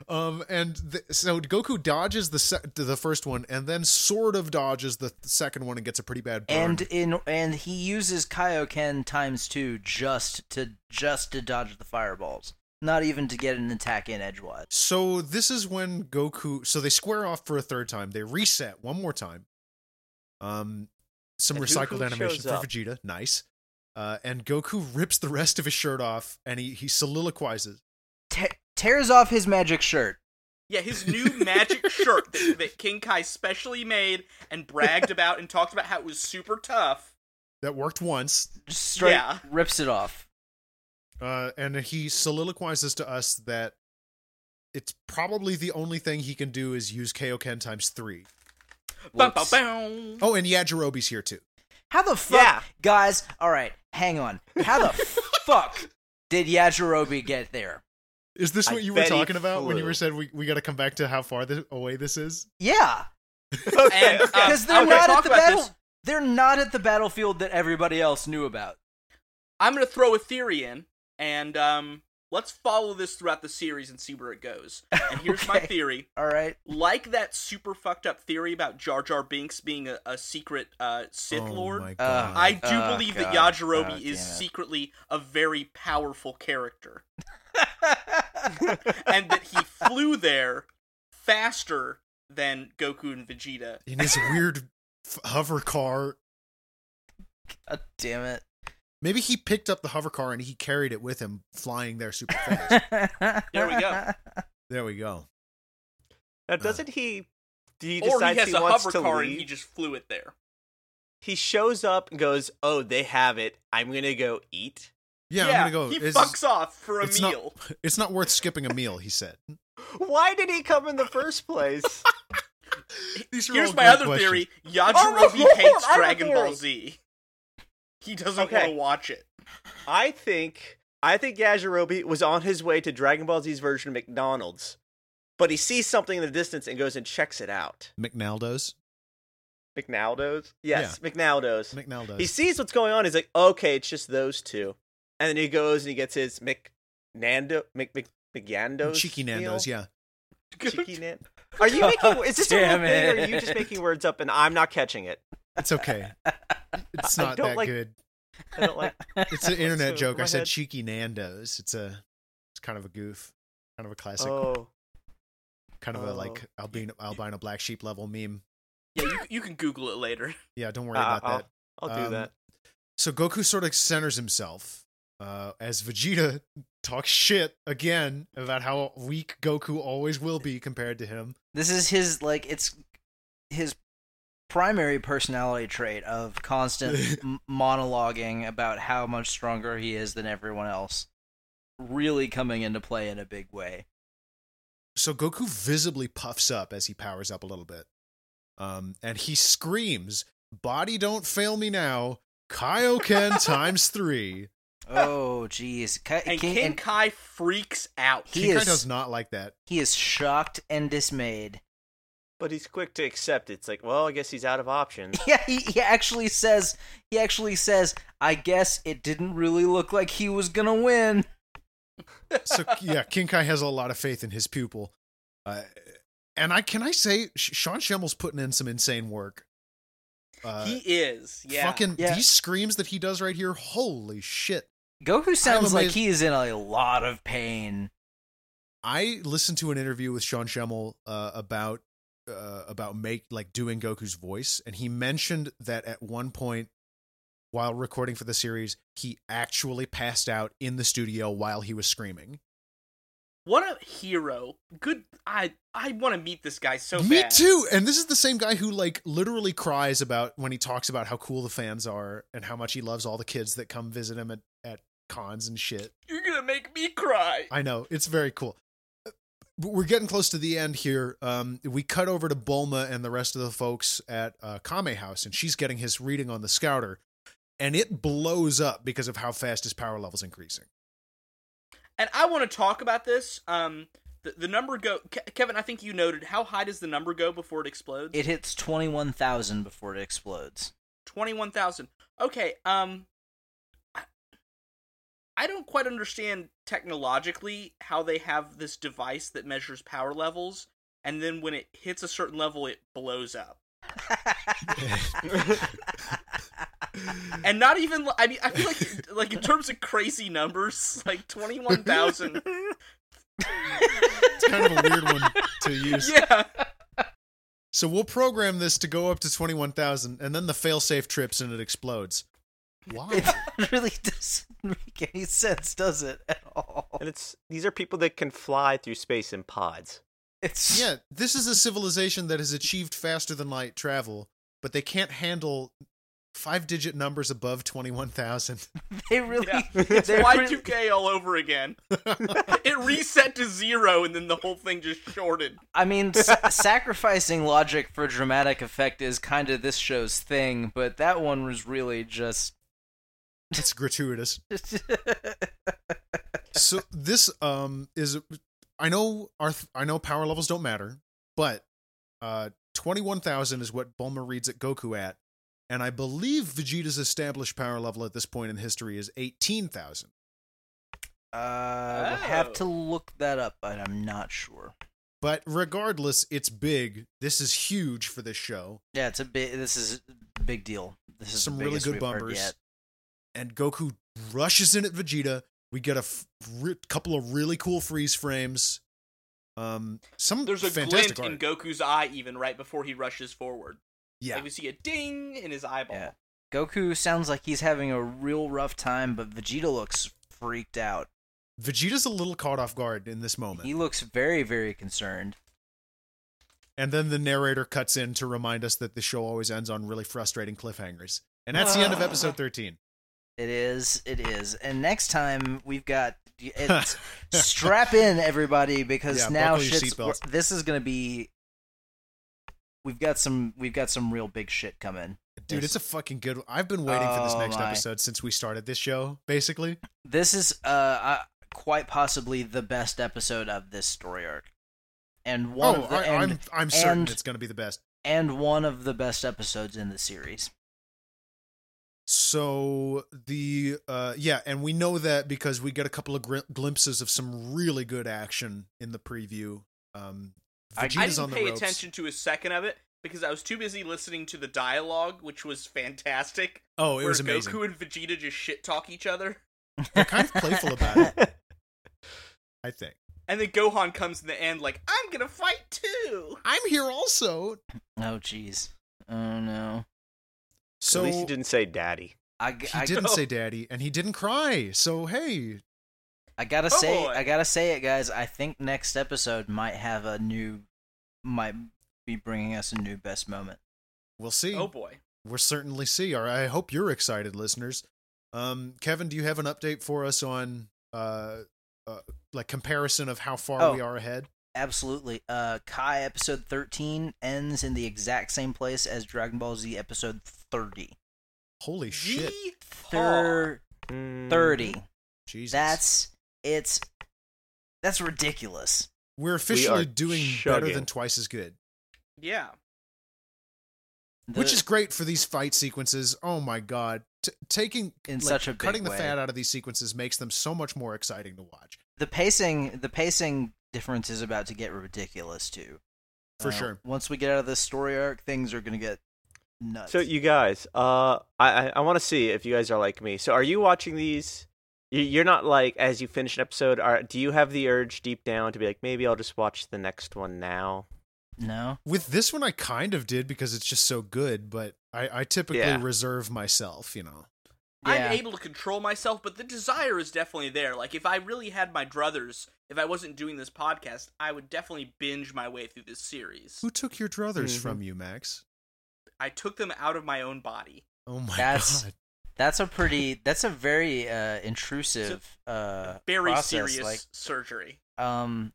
S1: Um, and th- so Goku dodges the se- the first one, and then sort of dodges the th- second one and gets a pretty bad burn.
S3: and in and he uses Kaioken times two just to just to dodge the fireballs. Not even to get an attack in edgewise.
S1: So this is when Goku. So they square off for a third time. They reset one more time. Um, some
S2: And who-
S1: recycled
S2: who
S1: animation
S2: shows
S1: for
S2: up?
S1: Vegeta. Nice. Uh, and Goku rips the rest of his shirt off, and he he soliloquizes.
S3: Te- tears off his magic shirt.
S4: Yeah, his new magic shirt that, that King Kai specially made and bragged about and talked about how it was super tough.
S1: That worked once.
S3: Just straight
S4: Yeah.
S3: rips it off.
S1: Uh, and he soliloquizes to us that it's probably the only thing he can do is use Kaioken times three.
S4: Bum, bum,
S3: Whoops.
S4: bum.
S1: Oh, and Yajirobe's here too.
S3: How the fuck
S2: Yeah.
S3: guys, alright, hang on. How the fuck did Yajirobe get there?
S1: Is this
S2: I
S1: what you were
S2: bet he
S1: talking about when you
S2: flew.
S1: were said we, we got to come back to how far this, away this is?
S3: Yeah.
S4: And, uh,
S3: Because they're
S4: okay,
S3: not
S4: talk
S3: at the
S4: about
S3: battle
S4: this.
S3: they're not at the battlefield that everybody else knew about.
S4: I'm gonna throw a theory in, and um, let's follow this throughout the series and see where it goes. And here's my
S3: Okay.
S4: theory.
S3: All right.
S4: Like that super fucked up theory about Jar Jar Binks being a, a secret uh, Sith
S1: oh
S4: Lord.
S1: My
S3: Uh,
S1: God.
S4: I do
S3: Oh,
S4: believe that
S3: God.
S4: Yajirobe
S3: Oh,
S4: is
S3: damn it.
S4: secretly a very powerful character, and that he flew there faster than Goku and Vegeta.
S1: in his weird f- hover car.
S3: God damn it.
S1: Maybe he picked up the hover car and he carried it with him, flying there super fast.
S4: There we go.
S1: there we go.
S2: Now, doesn't he?
S4: or he
S2: He decides
S4: has
S2: he
S4: a
S2: wants
S4: hover
S2: to
S4: car
S2: leave.
S4: and he just flew it there.
S2: he shows up and goes, "Oh, they have it. I'm gonna go eat."
S1: Yeah, I'm gonna go.
S4: He
S1: it's,
S4: fucks off for a
S1: it's not-
S4: meal.
S1: it's not worth skipping a meal, he said.
S2: Why did he come in the first place?
S1: These are all
S4: Here's my
S1: great
S4: other
S1: questions.
S4: theory:
S2: Oh, my
S4: Yajirobe
S2: Lord,
S4: hates
S2: I have a
S4: Dragon Ball
S2: theory.
S4: Z. He doesn't
S2: Okay.
S4: want to watch it.
S2: I think I think Yajirobe was on his way to Dragon Ball Z's version of McDonald's, but he sees something in the distance and goes and checks it out.
S1: McNaldo's.
S2: McNaldo's? Yes, McNaldo's.
S1: McNaldo's.
S2: He sees what's going on. He's like, okay, it's just those two. And then he goes and he gets his McNando, Mc, Mc, McYando's.
S1: Cheeky Nando's. Yeah.
S2: Cheeky Nan. Are you making, is this a real
S3: Damn
S2: thing or are
S3: it.
S2: you just making words up and I'm not catching it?
S1: It's okay. It's
S2: I
S1: not
S2: don't
S1: that
S2: like-
S1: good.
S2: I don't like
S1: It's an internet
S2: so
S1: joke. I
S2: my
S1: said
S2: head-
S1: cheeky Nando's. It's a, it's kind of a goof, kind of a classic,
S2: Oh.
S1: kind of a like
S2: oh.
S1: albino albino black sheep level meme.
S4: Yeah, you, you can Google it later.
S1: Yeah, don't worry
S2: Uh,
S1: about that.
S2: I'll do
S1: Um,
S2: that.
S1: So Goku sort of centers himself uh, as Vegeta talks shit again about how weak Goku always will be compared to him.
S3: This is his like it's his primary personality trait of constant m- monologuing about how much stronger he is than everyone else. Really coming into play in a big way.
S1: So Goku visibly puffs up as he powers up a little bit. Um, and he screams, Body don't fail me now, Kaioken times three.
S3: Oh, jeez. Ka-
S4: And
S3: King-
S4: Ken
S3: and
S4: Kai freaks out.
S3: He
S1: King Kai
S3: is-
S1: does not like that.
S3: he is shocked and dismayed.
S2: But he's quick to accept it. It's like, well, I guess he's out of options.
S3: Yeah, he, he actually says he actually says, I guess it didn't really look like he was gonna win.
S1: So yeah, King Kai has a lot of faith in his pupil. Uh, and I can I say Sh- Sean Schimmel's putting in some insane work. Uh,
S4: he is. Yeah.
S1: Fucking
S3: Yeah.
S1: these screams that he does right here, holy shit.
S3: Goku sounds like
S1: amazed-
S3: he is in a lot of pain.
S1: I listened to an interview with Sean Schemmel uh, about uh, about make like doing Goku's voice, and he mentioned that at one point while recording for the series, he actually passed out in the studio while he was screaming.
S4: What a hero. Good I I want to meet this guy so
S1: Me
S4: bad.
S1: too. And this is the same guy who like literally cries about when he talks about how cool the fans are and how much he loves all the kids that come visit him at, at cons and shit.
S4: You're going to make me cry.
S1: I know it's very cool. But We're getting close to the end here. Um, we cut over to Bulma and the rest of the folks at uh, Kame House, and she's getting his reading on the Scouter, and it blows up because of how fast his power level's increasing.
S4: And I want to talk about this um the, the number go Ke- Kevin, I think you noted how high does the number go before it explodes?
S3: It hits twenty one thousand before it explodes.
S4: 21,000. Okay, um I- I don't quite understand technologically how they have this device that measures power levels and then when it hits a certain level it blows up. and not even li- I mean I feel like like in terms of crazy numbers, like twenty one thousand.
S1: It's kind of a weird one to use.
S4: yeah,
S1: So we'll program this to go up to twenty one thousand, and then the failsafe trips and it explodes. Why?
S3: It really doesn't make any sense, does it at all?
S2: And it's these are people that can fly through space in pods.
S3: It's
S1: yeah, this is a civilization that has achieved faster than light travel, but they can't handle five digit numbers above 21,000.
S3: they really
S4: yeah. It's
S3: they
S4: Y two
S3: really-
S4: K all over again. it reset to zero, and then the whole thing just shorted.
S3: I mean, s- sacrificing logic for dramatic effect is kind of this show's thing, but that one was really just uh,
S1: It's gratuitous. So this um is I know our I know power levels don't matter, but uh 21,000 is what Bulma reads at Goku at, and I believe Vegeta's established power level at this point in history is 18,000.
S3: Uh, we'll
S4: Oh.
S3: have to look that up, but I'm not sure.
S1: But regardless, it's big. This is huge for this show.
S3: Yeah, it's a big. This is a big deal. This is the
S1: Some really
S3: biggest
S1: good
S3: we've heard
S1: bumpers.
S3: yet.
S1: And Goku rushes in at Vegeta. We get a f- re- couple of really cool freeze frames. Um, some
S4: There's a
S1: fantastic
S4: glint in
S1: art.
S4: Goku's eye even right before he rushes forward.
S1: yeah,
S4: Like we see a ding in his eyeball.
S3: Yeah. Goku sounds like he's having a real rough time, but Vegeta looks freaked out.
S1: Vegeta's a little caught off guard in this moment.
S3: He looks very, very concerned.
S1: And then the narrator cuts in to remind us that the show always ends on really frustrating cliffhangers. And that's the end of
S3: Ah.
S1: episode 13.
S3: It is, it is. And next time we've got it's, strap in everybody because
S1: Yeah,
S3: now
S1: buckle your
S3: shit's
S1: seatbelts.
S3: we're- this is going to be we've got some we've got some real big shit coming.
S1: Dude, it's a fucking good I've been waiting for this
S3: Oh,
S1: next
S3: my.
S1: episode since we started this show, basically.
S3: This is uh, uh quite possibly the best episode of this story arc. And one
S1: oh,
S3: of the,
S1: I,
S3: and,
S1: I'm, I'm certain
S3: and-
S1: it's going to be the best.
S3: and one of the best episodes in the series.
S1: So, the, uh, yeah, and we know that because we get a couple of gr- glimpses of some really good action in the preview. Um,
S3: I- I
S1: Vegeta's
S4: I
S1: on
S4: didn't
S1: the
S4: pay
S1: ropes.
S4: attention to a second of it because I was too busy listening to the dialogue, which was fantastic.
S1: Oh, it
S4: where
S1: was amazing.
S4: Goku and Vegeta just shit talk each other.
S1: They're kind of playful about it, I think.
S4: And then Gohan comes in the end like, I'm gonna fight too.
S1: I'm here also.
S3: Oh jeez. Oh no.
S1: So
S2: At least he didn't say daddy.
S3: I,
S1: He
S3: I,
S1: didn't
S4: know.
S1: say daddy, and he didn't cry. So hey,
S3: I gotta
S4: Oh,
S3: say
S4: boy.
S3: I gotta say it, guys. I think next episode might have a new might be bringing us a new best moment.
S1: we'll see.
S4: Oh boy.
S1: We'll certainly see. Or I hope you're excited, listeners. Um, Kevin, do you have an update for us on uh, uh like comparison of how far
S3: Oh.
S1: we are ahead?
S3: Absolutely. Uh, Kai episode thirteen ends in the exact same place as Dragon Ball Z episode thirty.
S1: Holy shit,
S4: Yee haw.
S3: Thir-
S4: Mm.
S3: thirty.
S1: Jesus!
S3: That's it's that's ridiculous.
S1: We're officially
S2: are
S1: doing better
S2: chugging.
S1: than twice as good,
S4: Yeah.
S3: The-
S1: which is great for these fight sequences. Oh my god, T- taking
S3: In
S1: like,
S3: such a big
S1: cutting the
S3: way.
S1: fat out of these sequences makes them so much more exciting to watch.
S3: the pacing the pacing difference is about to get ridiculous too.
S1: For
S3: Uh,
S1: sure.
S3: Once we get out of this story arc, things are gonna get nuts.
S2: So you guys, uh, I I, I want to see if you guys are like me. So are you watching these? You- You're not like as you finish an episode. Are do you have the urge deep down to be like maybe I'll just watch the next one now?
S3: no.
S1: With this one, I kind of did because it's just so good, but I, I typically
S2: Yeah.
S1: reserve myself, you know.
S4: I'm able to control myself, but the desire is definitely there. Like if I really had my druthers, if I wasn't doing this podcast, I would definitely binge my way through this series.
S1: Who took your druthers
S3: Mm-hmm.
S2: Mhm.
S1: from you, Max?
S4: I took them out of my own body.
S1: Oh my
S3: That's-
S1: god.
S3: That's a pretty. That's a very uh, intrusive. Uh,
S4: Very
S3: process,
S4: serious
S3: Like,
S4: surgery.
S3: um,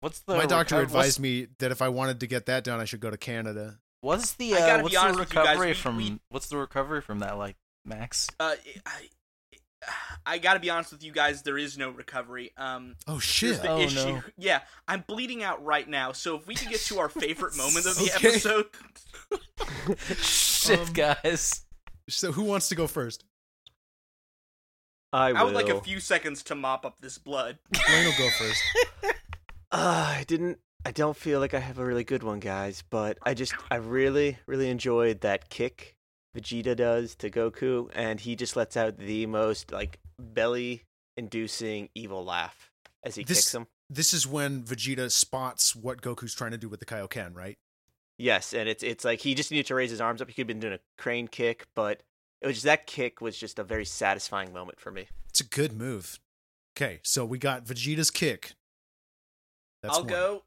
S3: what's the
S1: My doctor
S3: reco-
S1: advised me that if I wanted to get that done, I should go to Canada.
S3: What's, what's the
S4: I gotta
S3: uh,
S4: be
S3: what's the
S4: honest with you guys,
S3: recovery
S4: we-
S3: from?
S4: we-
S3: What's the recovery from that? Like Max.
S4: Uh, I, I gotta be honest with you guys. There is no recovery. Um,
S1: Oh
S4: Here's
S1: shit.
S4: the
S3: Oh,
S4: issue.
S3: no.
S4: Yeah, I'm bleeding out right now. So if we can get to our favorite moment of the
S1: Okay.
S4: episode,
S3: Shit,
S1: Um,
S3: guys.
S1: So who wants to go first?
S2: I,
S4: I would
S2: will.
S4: like a few seconds to mop up this blood.
S1: Blaine will go first.
S2: Uh, I didn't. I don't feel like I have a really good one, guys. But I just, I really, really enjoyed that kick Vegeta does to Goku, and he just lets out the most like belly-inducing evil laugh as he
S1: This-
S2: kicks him.
S1: This is when Vegeta spots what Goku's trying to do with the Kaioken, right?
S2: Yes, and it's it's like he just needed to raise his arms up. He could have been doing a crane kick, but it was just, that kick was just a very satisfying moment for me.
S1: It's a good move. Okay, so we got Vegeta's kick. That's
S4: I'll
S1: one.
S4: go.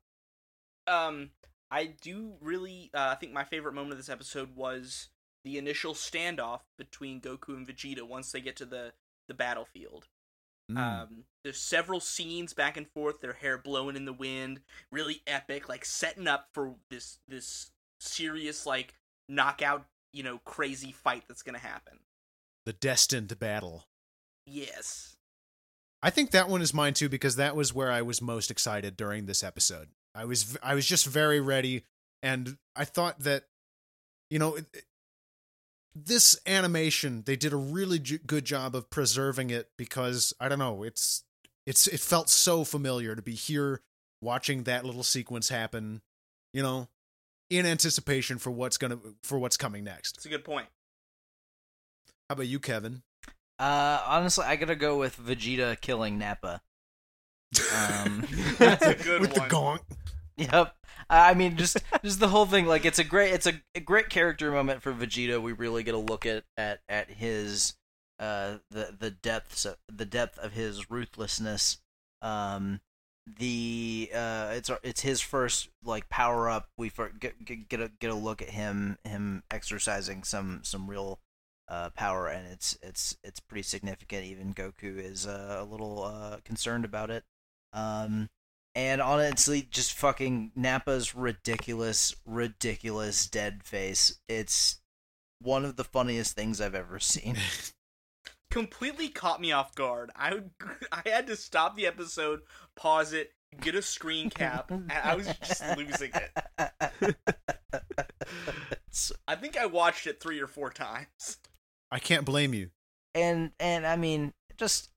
S4: Um, I do really. Uh, I think my favorite moment of this episode was the initial standoff between Goku and Vegeta once they get to the the battlefield.
S1: Mm.
S4: Um, there's several scenes back and forth, their hair blowing in the wind, really epic, like setting up for this this serious like knockout, you know, crazy fight that's gonna happen.
S1: the destined battle.
S4: Yes.
S1: I think that one is mine too because that was where I was most excited during this episode. I was I was just very ready, and I thought that, you know, it- it- this animation they did a really ju- good job of preserving it because I don't know it's It's it felt so familiar to be here watching that little sequence happen, you know, in anticipation for what's gonna for what's coming next.
S4: It's a good point.
S1: How about you, Kevin?
S3: Uh, honestly, I gotta go with Vegeta killing Nappa. Um,
S4: That's a good
S1: With
S4: one.
S1: the gonk.
S3: Yep. I I mean, just just the whole thing. Like, it's a great, it's a, a great character moment for Vegeta. We really get a look at at at his uh the the depths of, the depth of his ruthlessness. Um, the uh, it's our- it's his first like power up. We for, get get get a get a look at him him exercising some some real uh power, and it's it's it's pretty significant. Even Goku is uh, a little uh concerned about it. Um and honestly just fucking nappa's ridiculous ridiculous dead face it's one of the funniest things i've ever seen
S4: completely caught me off guard. I would, I had to stop the episode, pause it, get a screen cap, and I was just losing it.
S3: So-
S4: I think I watched it three or four times.
S1: I can't blame you.
S3: and and i mean just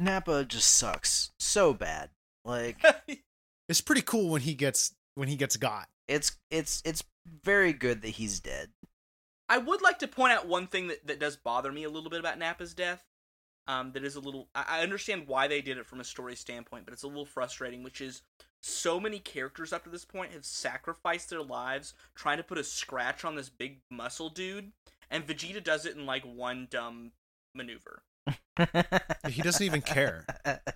S3: nappa just sucks so bad like
S1: It's pretty cool when he gets when he gets got.
S3: it's it's it's very good that he's dead
S4: I would like to point out one thing that, that does bother me a little bit about Nappa's death. Um, that is a little. I, I understand why they did it from a story standpoint, but it's a little frustrating, which is so many characters up to this point have sacrificed their lives trying to put a scratch on this big muscle dude, and Vegeta does it in like one dumb maneuver.
S1: He doesn't even care.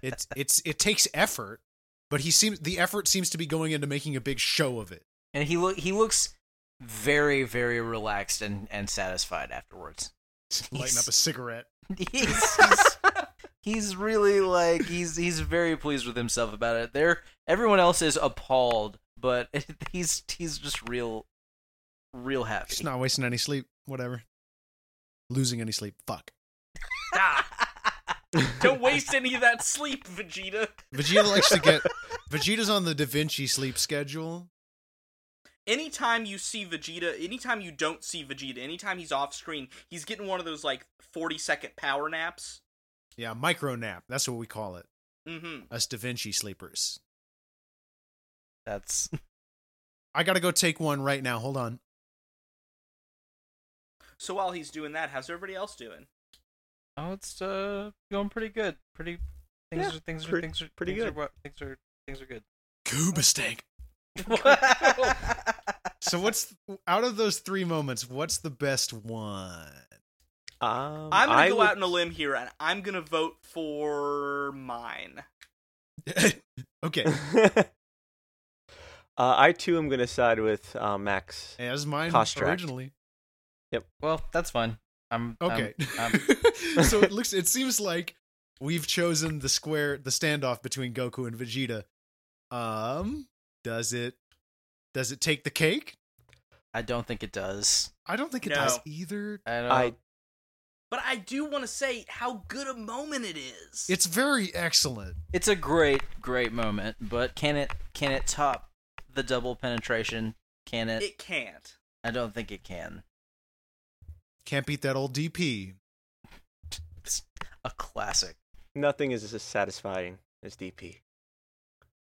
S1: It's it's it takes effort, but he seems the effort seems to be going into making a big show of it.
S3: and he look he looks very very relaxed and and satisfied afterwards
S1: Lighting up a cigarette.
S3: he's, he's, he's really like he's he's very pleased with himself about it. There, everyone else is appalled, but he's he's just real, real happy.
S1: Just not wasting any sleep. Whatever. Losing any sleep. Fuck.
S4: Don't waste any of that sleep, Vegeta.
S1: Vegeta likes to get Vegeta's on the Da Vinci sleep schedule.
S4: Anytime you see Vegeta, anytime you don't see Vegeta, anytime he's off screen, he's getting one of those like 40 second power naps.
S1: Yeah, micro nap. That's what we call it.
S4: Mm-hmm.
S1: Us Da Vinci sleepers.
S3: That's
S1: I gotta go take one right now. Hold on.
S4: So while he's doing that, how's everybody else doing?
S3: oh, it's uh going pretty good. Pretty things
S2: Yeah,
S3: are things are
S2: pre-
S3: things are
S2: pretty
S3: things
S2: good.
S3: Are, wa- things are things are good.
S1: Cuba stank. So what's out of those three moments, what's the best one?
S2: Um,
S4: I'm gonna
S2: I
S4: go
S2: would-
S4: out on a limb here, and I'm gonna vote for mine.
S1: okay.
S2: uh, I too am going to side with uh, Max.
S1: As mine
S2: Contract.
S1: originally.
S3: well, that's fine. I'm I'm-
S1: Okay.
S3: I'm-
S1: so it looks it seems like we've chosen the square the standoff between Goku and Vegeta. Um does it does it take the cake?
S3: I don't think it does.
S1: I don't think it
S4: No.
S1: does either.
S3: I don't.
S2: I
S4: But I do want to say how good a moment it is.
S1: It's very excellent.
S3: It's a great, great moment, but can it can it top the double penetration? Can it?
S4: it can't.
S3: I don't think it can.
S1: Can't beat that old DP.
S3: It's a classic.
S2: nothing is as satisfying as DP.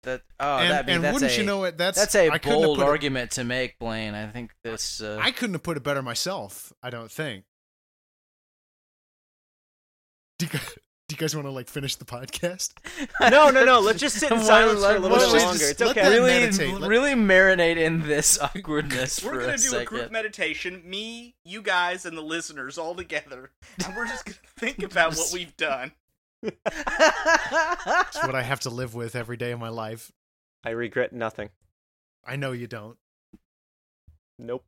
S3: That oh,
S1: and
S3: that I mean,
S1: and
S3: that's
S1: wouldn't
S3: a,
S1: you know it? That's
S3: that's a
S1: I couldn't have
S3: bold
S1: put it-
S3: argument to make, Blaine. I think this. Uh,
S1: I couldn't have put it better myself. I don't think. Do you guys, do you guys want to like finish the podcast?
S2: No, no, no. Let's just sit in
S3: Why-
S2: silence for a little
S1: let's
S2: bit
S1: just-
S2: longer. It's
S1: let
S2: okay.
S1: that-
S3: Really,
S1: meditate. Let-
S3: really marinate in this awkwardness
S4: We're
S3: for
S4: gonna
S3: a
S4: do
S3: second.
S4: a group meditation, me, you guys, and the listeners all together, and we're just gonna think about what we've done.
S1: It's what I have to live with every day of my life.
S2: I regret nothing.
S1: I know you don't.
S2: Nope.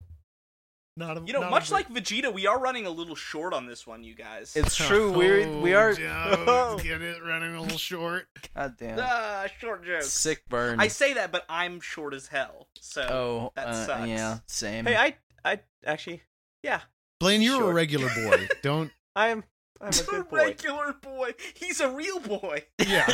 S1: Not a,
S4: You know,
S1: not a
S4: much
S1: bit.
S4: like Vegeta, we are running a little short on this one, you guys.
S3: it's true. We're we
S1: Oh,
S3: are.
S1: Joe, get it running a little short.
S3: God damn.
S4: ah, short joke.
S3: Sick burn.
S4: I say that, but I'm short as hell. So
S3: oh,
S4: that
S3: uh,
S4: sucks.
S3: yeah, same.
S2: Hey, I, I actually, yeah,
S1: Blaine, you're a
S2: Sure.
S1: regular boy. Don't.
S2: I am. I'm a
S4: a
S2: good
S3: Oh
S2: boy.
S4: regular boy. He's a real boy.
S1: Yeah.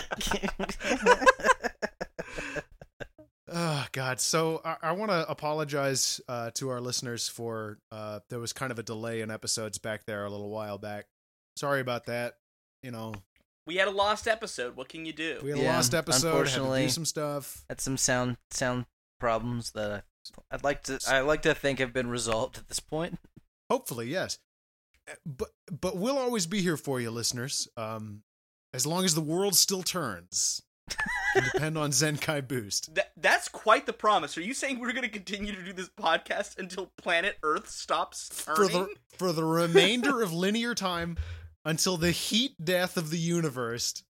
S1: Oh God! So I, I want to apologize uh, to our listeners for uh, there was kind of a delay in episodes back there a little while back. Sorry about that. You know,
S4: We had a lost episode. What can you do?
S1: We had
S3: Yeah,
S1: a lost episode. Had to
S3: unfortunately.
S1: do some stuff.
S3: Had some sound sound problems that I, I'd like to I like to think have been resolved at this point.
S1: Hopefully, yes. Eh, But but we'll always be here for you, listeners. Um, as long as the world still turns, you can depend on Zenkai Boost.
S4: That, that's quite the promise. Are you saying we're going to continue to do this podcast until planet Earth stops
S1: for
S4: turning?
S1: the for the remainder of linear time until the heat death of the universe.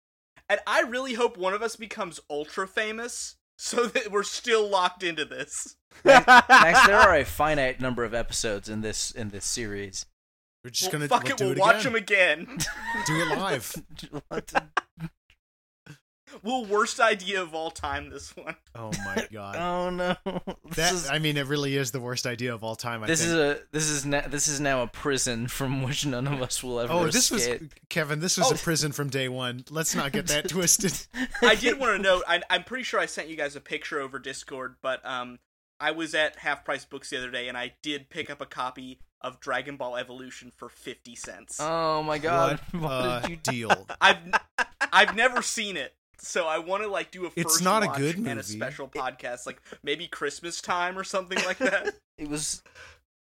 S4: And I really hope one of us becomes ultra famous so that we're still locked into this.
S3: Max, there are a finite number of episodes in this in this series.
S1: We're just
S4: Well,
S1: gonna
S4: fuck
S1: we'll
S4: it,
S1: do
S4: we'll
S1: it
S4: watch
S1: again.
S4: them again.
S1: do it live.
S3: Oh,
S4: we'll worst idea of all time this one.
S1: Oh my
S4: Um,
S1: god.
S3: oh no! This
S1: That
S3: is
S1: I mean, it really is the worst idea of all time. I
S3: this
S1: think.
S3: is a this is na- this is now a prison from which none of us will ever.
S1: oh, this was
S3: escape.
S1: Kevin. This was
S4: Oh.
S1: a prison from day one. Let's not get that twisted.
S4: I did want to note. I, I'm pretty sure I sent you guys a picture over Discord, but um, I was at Half Price Books the other day, and I did pick up a copy of Dragon Ball Evolution for fifty cents.
S3: Oh my god!
S1: what
S3: Why
S1: a
S3: did you
S1: deal?
S4: I've I've never seen it, so I want to like do a first
S1: It's not a
S4: watch
S1: good
S4: and
S1: movie.
S4: a special podcast, like maybe Christmas time or something like that.
S3: It was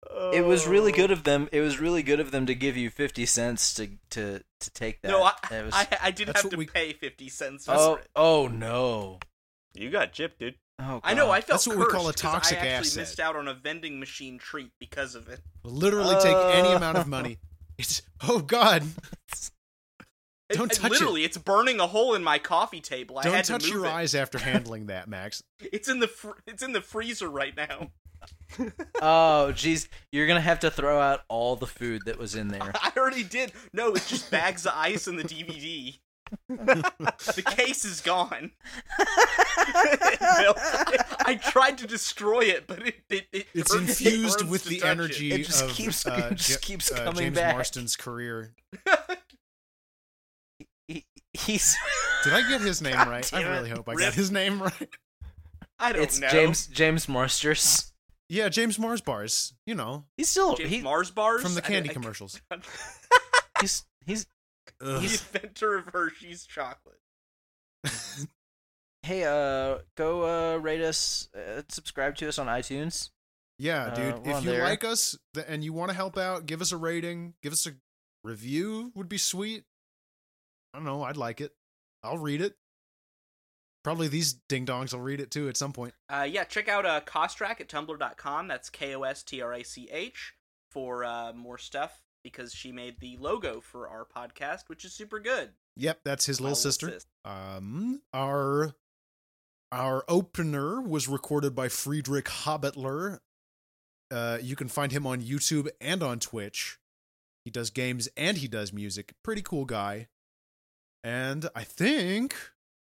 S3: it
S1: Oh.
S3: was really good of them. It was really good of them to give you fifty cents to to to take that.
S4: no, I
S3: It was-
S4: I, I did
S1: That's
S4: have
S1: what
S4: to
S1: we-
S4: pay fifty cents for
S3: oh
S4: it.
S3: oh no!
S2: You got gypped, dude.
S3: Oh,
S4: I know.
S3: God.
S4: I felt
S1: Uh, That's what we call a
S4: cursed 'cause
S1: toxic
S4: I actually
S1: asset.
S4: missed out on a vending machine treat because of it.
S1: We'll literally take any
S3: Uh.
S1: amount of money. It's oh god.
S4: It-
S1: Don't
S4: it-
S1: touch it.
S4: literally, it's burning a hole in my coffee table. I
S1: Don't
S4: had to
S1: touch
S4: move
S1: your
S4: it.
S1: eyes after handling that, Max.
S4: It's in the fr- it's in the freezer right now.
S3: Oh jeez, you're gonna have to throw out all the food that was in there.
S4: I already did. No, it's just bags of ice in the DVD. the case is gone. It melted. I tried to destroy it, but it, it, it
S1: It's
S4: hurts- it
S1: infused
S4: burns
S1: with
S4: to
S1: the
S4: touch it.
S1: energy
S3: It just
S1: of
S3: keeps-
S1: uh,
S3: it just
S1: Ja-
S3: keeps
S1: uh,
S3: coming
S1: James
S3: back.
S1: Marston's career.
S3: He, he's
S1: Did I get his name
S4: God
S1: right? I
S4: damn it.
S1: really hope I
S4: Rip.
S1: got his name right.
S4: I don't
S3: it's
S4: know.
S3: James James Marsters.
S1: Yeah, James Mars bars. You know,
S3: He's still
S4: James
S3: he,
S4: Mars bars
S1: from the
S4: I-
S1: candy
S4: I-
S1: commercials.
S3: he's he's
S4: The
S1: Ugh.
S4: inventor of Hershey's chocolate.
S3: hey uh go uh rate us uh, subscribe to us on iTunes.
S1: Yeah,
S3: Uh,
S1: dude.
S3: we're
S1: if
S3: on
S1: you
S3: there.
S1: like us th- and you want to help out, give us a rating, give us a review would be sweet. I don't know. I'd like it. I'll read it. Probably these ding dongs will read it too at some point.
S4: Uh, yeah, check out uh, Kostrack at tumblr.com. That's K O S T R A C H for uh, more stuff because she made the logo for our podcast, which is super good.
S1: Yep, that's his
S4: My
S1: little sister. Um, our our opener was recorded by Friedrich Hobbitler. Uh, you can find him on YouTube and on Twitch. He does games and he does music. Pretty cool guy. And I think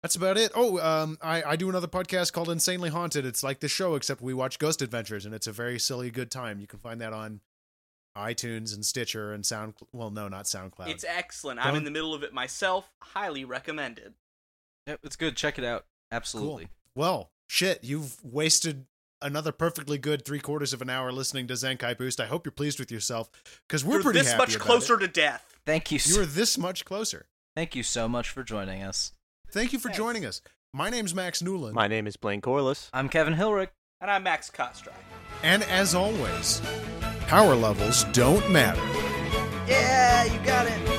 S1: that's about it. Oh, um, I, I do another podcast called Insanely Haunted. It's like the show, except we watch Ghost Adventures, and it's a very silly good time. You can find that on iTunes and Stitcher and Sound. Well, no, not SoundCloud.
S4: It's excellent. I'm
S1: Don't-
S4: in the middle of it myself. Highly recommended.
S3: Yep, It's good. Check it out. Absolutely.
S1: Well, shit, you've wasted another perfectly good three quarters of an hour listening to Zenkai Boost. I hope you're pleased with yourself because we're
S4: You're
S1: pretty
S4: this
S1: happy
S4: much
S1: about
S4: closer
S1: it.
S4: to death.
S3: Thank you. So,
S1: You're this much closer.
S3: thank you so much for joining us.
S1: Thank you for
S4: Thanks.
S1: joining us. My name's Max Newland,
S2: My name is Blaine Corliss.
S3: I'm Kevin Hilrick.
S4: And I'm Max Kostrack.
S1: and as always, power levels don't matter.
S3: Yeah, you got it.